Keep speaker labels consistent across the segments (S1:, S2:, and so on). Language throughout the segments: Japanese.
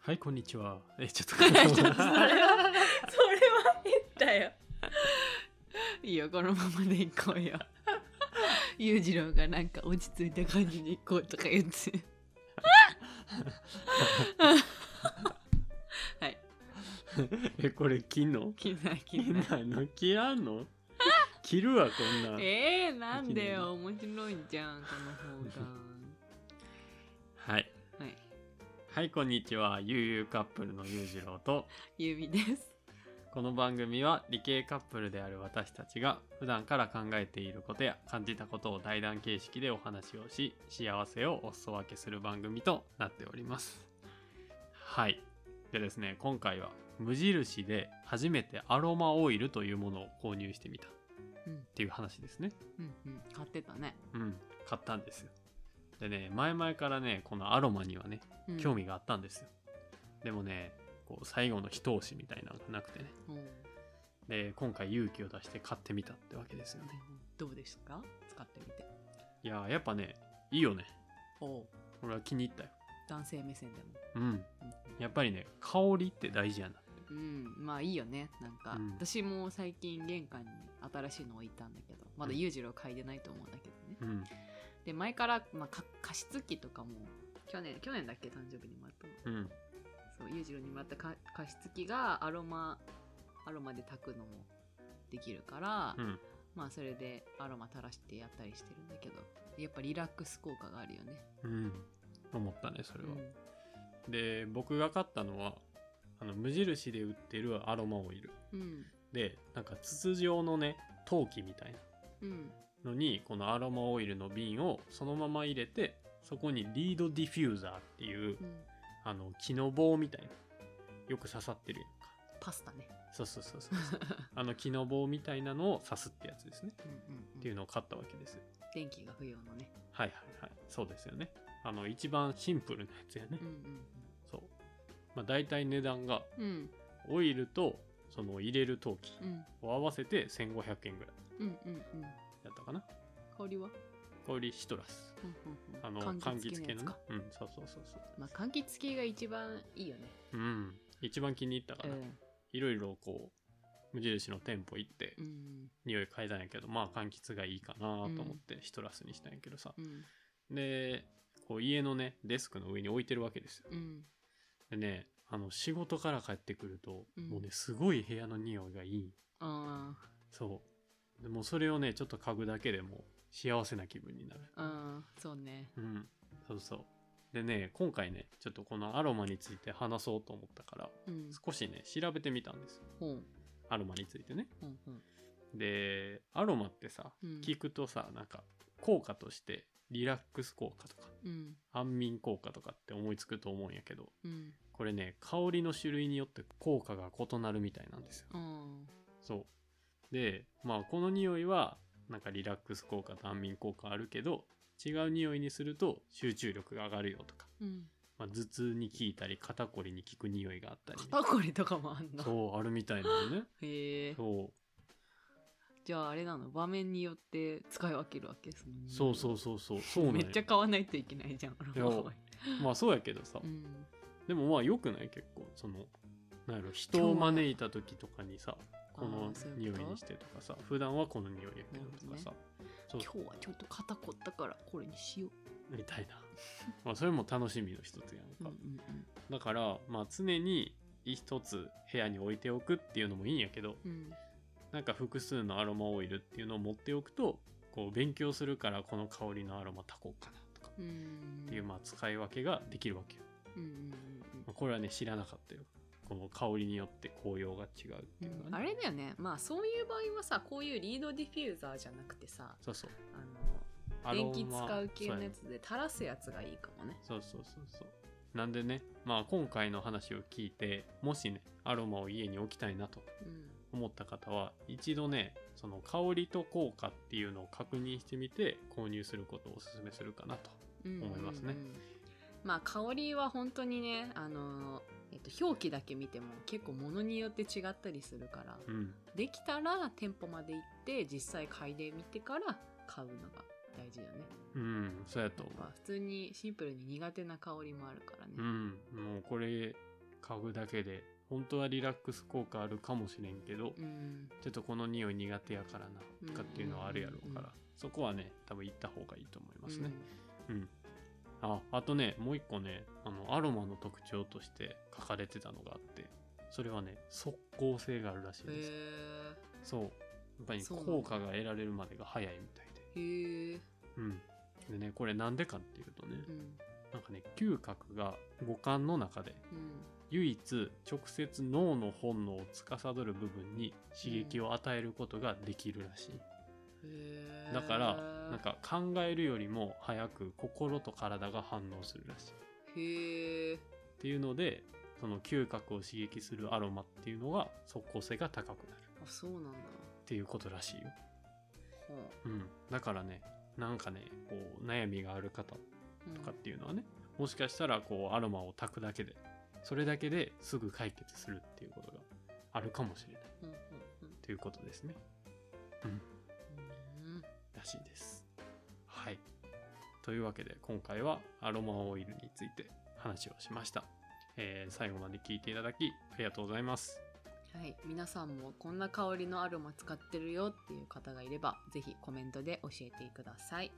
S1: はい、こんにちは。え、ちょっと
S2: そ れは変だよいいよこのままで行こうよ 裕次郎がなんか落ち着いた感じに行こうとか言って はい
S1: え、これ切んの
S2: 着ない着
S1: 切
S2: ない
S1: んないの切らん の切るわ、こんなん。
S2: えー、なんでよ面白いじゃんこの 方
S1: はい。
S2: がはい
S1: はい、こんにちは。ゆうゆうカップルのゆうじろうと、
S2: 指です
S1: この番組は理系カップルである私たちが普段から考えていることや感じたことを対談形式でお話をし、幸せをお裾分けする番組となっております。はい。でですね、今回は無印で初めてアロマオイルというものを購入してみたっ
S2: うん
S1: ていう話ですね。
S2: うんうん買ってたね、
S1: うん、買ったんですよ。でね、前々からね、このアロマにはね、
S2: うん
S1: 興味があったんですよ。でもね、こう最後の一押しみたいなのがなくてね。
S2: おー
S1: で、今回勇気を出して買ってみたってわけですよね。
S2: どうですか使ってみて
S1: いやー、やっぱね、いいよね。
S2: おー
S1: 俺は気に入ったよ。
S2: 男性目線でも
S1: うん。やっぱりね、香りって大事やなって。
S2: うん、まあいいよねなんか、
S1: うん
S2: 私も最近玄関に新しいの置いたんだけどまだ
S1: うん
S2: 裕次郎嗅いでないと思うんだけど
S1: う
S2: ね、
S1: ん。
S2: で前から、まあ、か加湿器とかも去年去年だっけ誕生日にもらったの
S1: うん。
S2: そう裕次郎にもらったか加湿器がアロマアロマで炊くのもできるから、
S1: うん。
S2: まあそれでアロマ垂らしてやったりしてるんだけどやっぱリラックス効果があるよね
S1: うん。思ったね、それは。
S2: うん
S1: で、僕が買ったのは、あの、無印で売ってるアロマオイル。
S2: うん
S1: で、なんか筒状のね、陶器みたいな。
S2: うん
S1: のにこのアロマオイルの瓶をそのまま入れてそこにリードディフューザーっていう
S2: うん
S1: あの木の棒みたいなよく刺さってるやんか
S2: パスタね
S1: そうそうそうそうそう あの木の棒みたいなのを刺すってやつですね
S2: うんうん、うん、
S1: っていうのを買ったわけです
S2: 電気が不要のね
S1: はいはいはいそうですよねあの一番シンプルなやつやね
S2: うん
S1: そうまあ大体値段が
S2: うんうん
S1: オイルとその入れる陶器
S2: うん
S1: を合わせて1500円ぐらい
S2: うんうんうん
S1: だったかな
S2: 香りは、
S1: これシトラス
S2: うん
S1: あの柑橘系のねうんそうそうそうそう
S2: まあ、柑橘系が一番いいよね、
S1: うん、一番気に入ったか
S2: う
S1: な、
S2: ん
S1: いろいろこう無印の店舗行って
S2: うん
S1: 匂い嗅いだんやけどまあ柑橘がいいかなと思ってシトラスにしたんやけどさ、
S2: うん
S1: でこう家のねデスクの上に置いてるわけですよ
S2: うん
S1: でねあの仕事から帰ってくると、
S2: うん
S1: もうねすごい部屋の匂いがいい
S2: あ
S1: そうでもうそれをねちょっと嗅ぐだけでも幸せな気分になる
S2: ーあーそうね
S1: うんそうそうでね今回ねちょっとこのアロマについて話そうと思ったから
S2: うん
S1: 少しね調べてみたんですよ
S2: ほう
S1: アロマについてね
S2: ほうほう
S1: でアロマってさ
S2: うん
S1: 聞くとさなんか効果としてリラックス効果とか
S2: うん
S1: 安眠効果とかって思いつくと思うんやけど
S2: うん
S1: これね香りの種類によって効果が異なるみたいなんですよ
S2: あー
S1: そうでまあこの匂いはなんかリラックス効果と安眠効果あるけど違う匂いにすると集中力が上がるよとか、
S2: うん
S1: まあ、頭痛に効いたり肩こりに効く匂いがあったりね、
S2: 肩こりとかもあんの
S1: そうあるみたいなのね
S2: へえ
S1: そう
S2: じゃああれなの場面によって使い分けるわけその匂いを
S1: そうそうそうそうそうなん
S2: め
S1: や
S2: っちゃ買わないといけないじゃん
S1: やまあそうやけどさ、
S2: うん
S1: でもまあ良くない結構そのなんやろ人を招いた時とかにさこの
S2: あーそうい
S1: 匂
S2: う
S1: い
S2: こと
S1: にしてとかさ普段はこの匂いやけどとかさ、そう
S2: 今日はちょっと肩こったからこれにしよ
S1: みたいなまあそれも楽しみの一つや
S2: う、
S1: ん
S2: うん
S1: か、
S2: うん
S1: だからまあ常に一つ部屋に置いておくっていうのもいいんやけど
S2: うんうん、
S1: なんか複数のアロマオイルっていうのを持っておくとこう勉強するからこの香りのアロマ炊こうかなとか
S2: うん、
S1: っていうまあ使い分けができるわけよ、
S2: うんうんうんうん
S1: まあこれはね知らなかったよこの香りによって紅葉が違うっていうのはね、
S2: あれだよねまあそういう場合はさこういうリードディフューザーじゃなくてさ
S1: そうそう
S2: あ
S1: ア
S2: の
S1: ロマ
S2: 電気使う系のや
S1: そ
S2: つで垂らすやつがいいかもね
S1: うやねそうそうそうそうなんでねまあ今回の話を聞いてもしねアロマを家に置きたいなと
S2: うん
S1: 思った方は一度ねその香りと効果っていうのを確認してみて購入することをおすすめするかなと
S2: うん
S1: 思いますね
S2: うんうんまあ香りは本当にねあの、えっと、表記だけ見ても結構物によって違ったりするから
S1: うん
S2: できたら店舗まで行って実際嗅いでみてから買うのが大事よね、
S1: うんそうやと思
S2: まあ、普通にシンプルに苦手な香りもあるからね
S1: ううんもうこれ嗅ぐだけで本当はリラックス効果あるかもしれんけど、
S2: うん
S1: ちょっとこの匂い苦手やからなとかっていうのはあるやろうから、
S2: うんうんうん
S1: そこはね多分行った方がいいと思いますね、
S2: うん
S1: ああとねもう一個ねあのアロマの特徴として書かれてたのがあってそれはね即効性があるらしい
S2: へ
S1: です
S2: え
S1: そうやっぱり
S2: そうなんだ
S1: 効果が得られるまでが早いみたいで
S2: へえ
S1: うんでねこれなんでかっていうとね、
S2: うん
S1: なんかね嗅覚が五感の中で
S2: うん
S1: 唯一直接脳の本能を司る部分に刺激を与えることができるらしい、
S2: へー
S1: だからなんか考えるよりも早く心と体が反応するらしいっ
S2: へえ
S1: ていうのでその嗅覚を刺激するアロマっていうのが即効性が高くなる
S2: あそうなんだ
S1: っていうことらしいよ、
S2: ほ
S1: うん、だからねなんかねこう悩みがある方
S2: う
S1: とかっていうのはねもしかしたらこうアロマを炊くだけでそれだけですぐ解決するっていうことがあるかもしれない
S2: うんうんうん
S1: ということですね
S2: うんうん
S1: らしいですはいというわけで今回はアロマオイルについて話をしました、えー最後まで聞いていただきありがとうございます
S2: はい、皆さんもこんな香りのアロマ使ってるよっていう方がいれば、ぜひコメントで教えてください。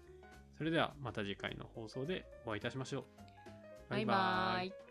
S1: それではまた次回の放送でお会いいたしましょう
S2: バイバイ。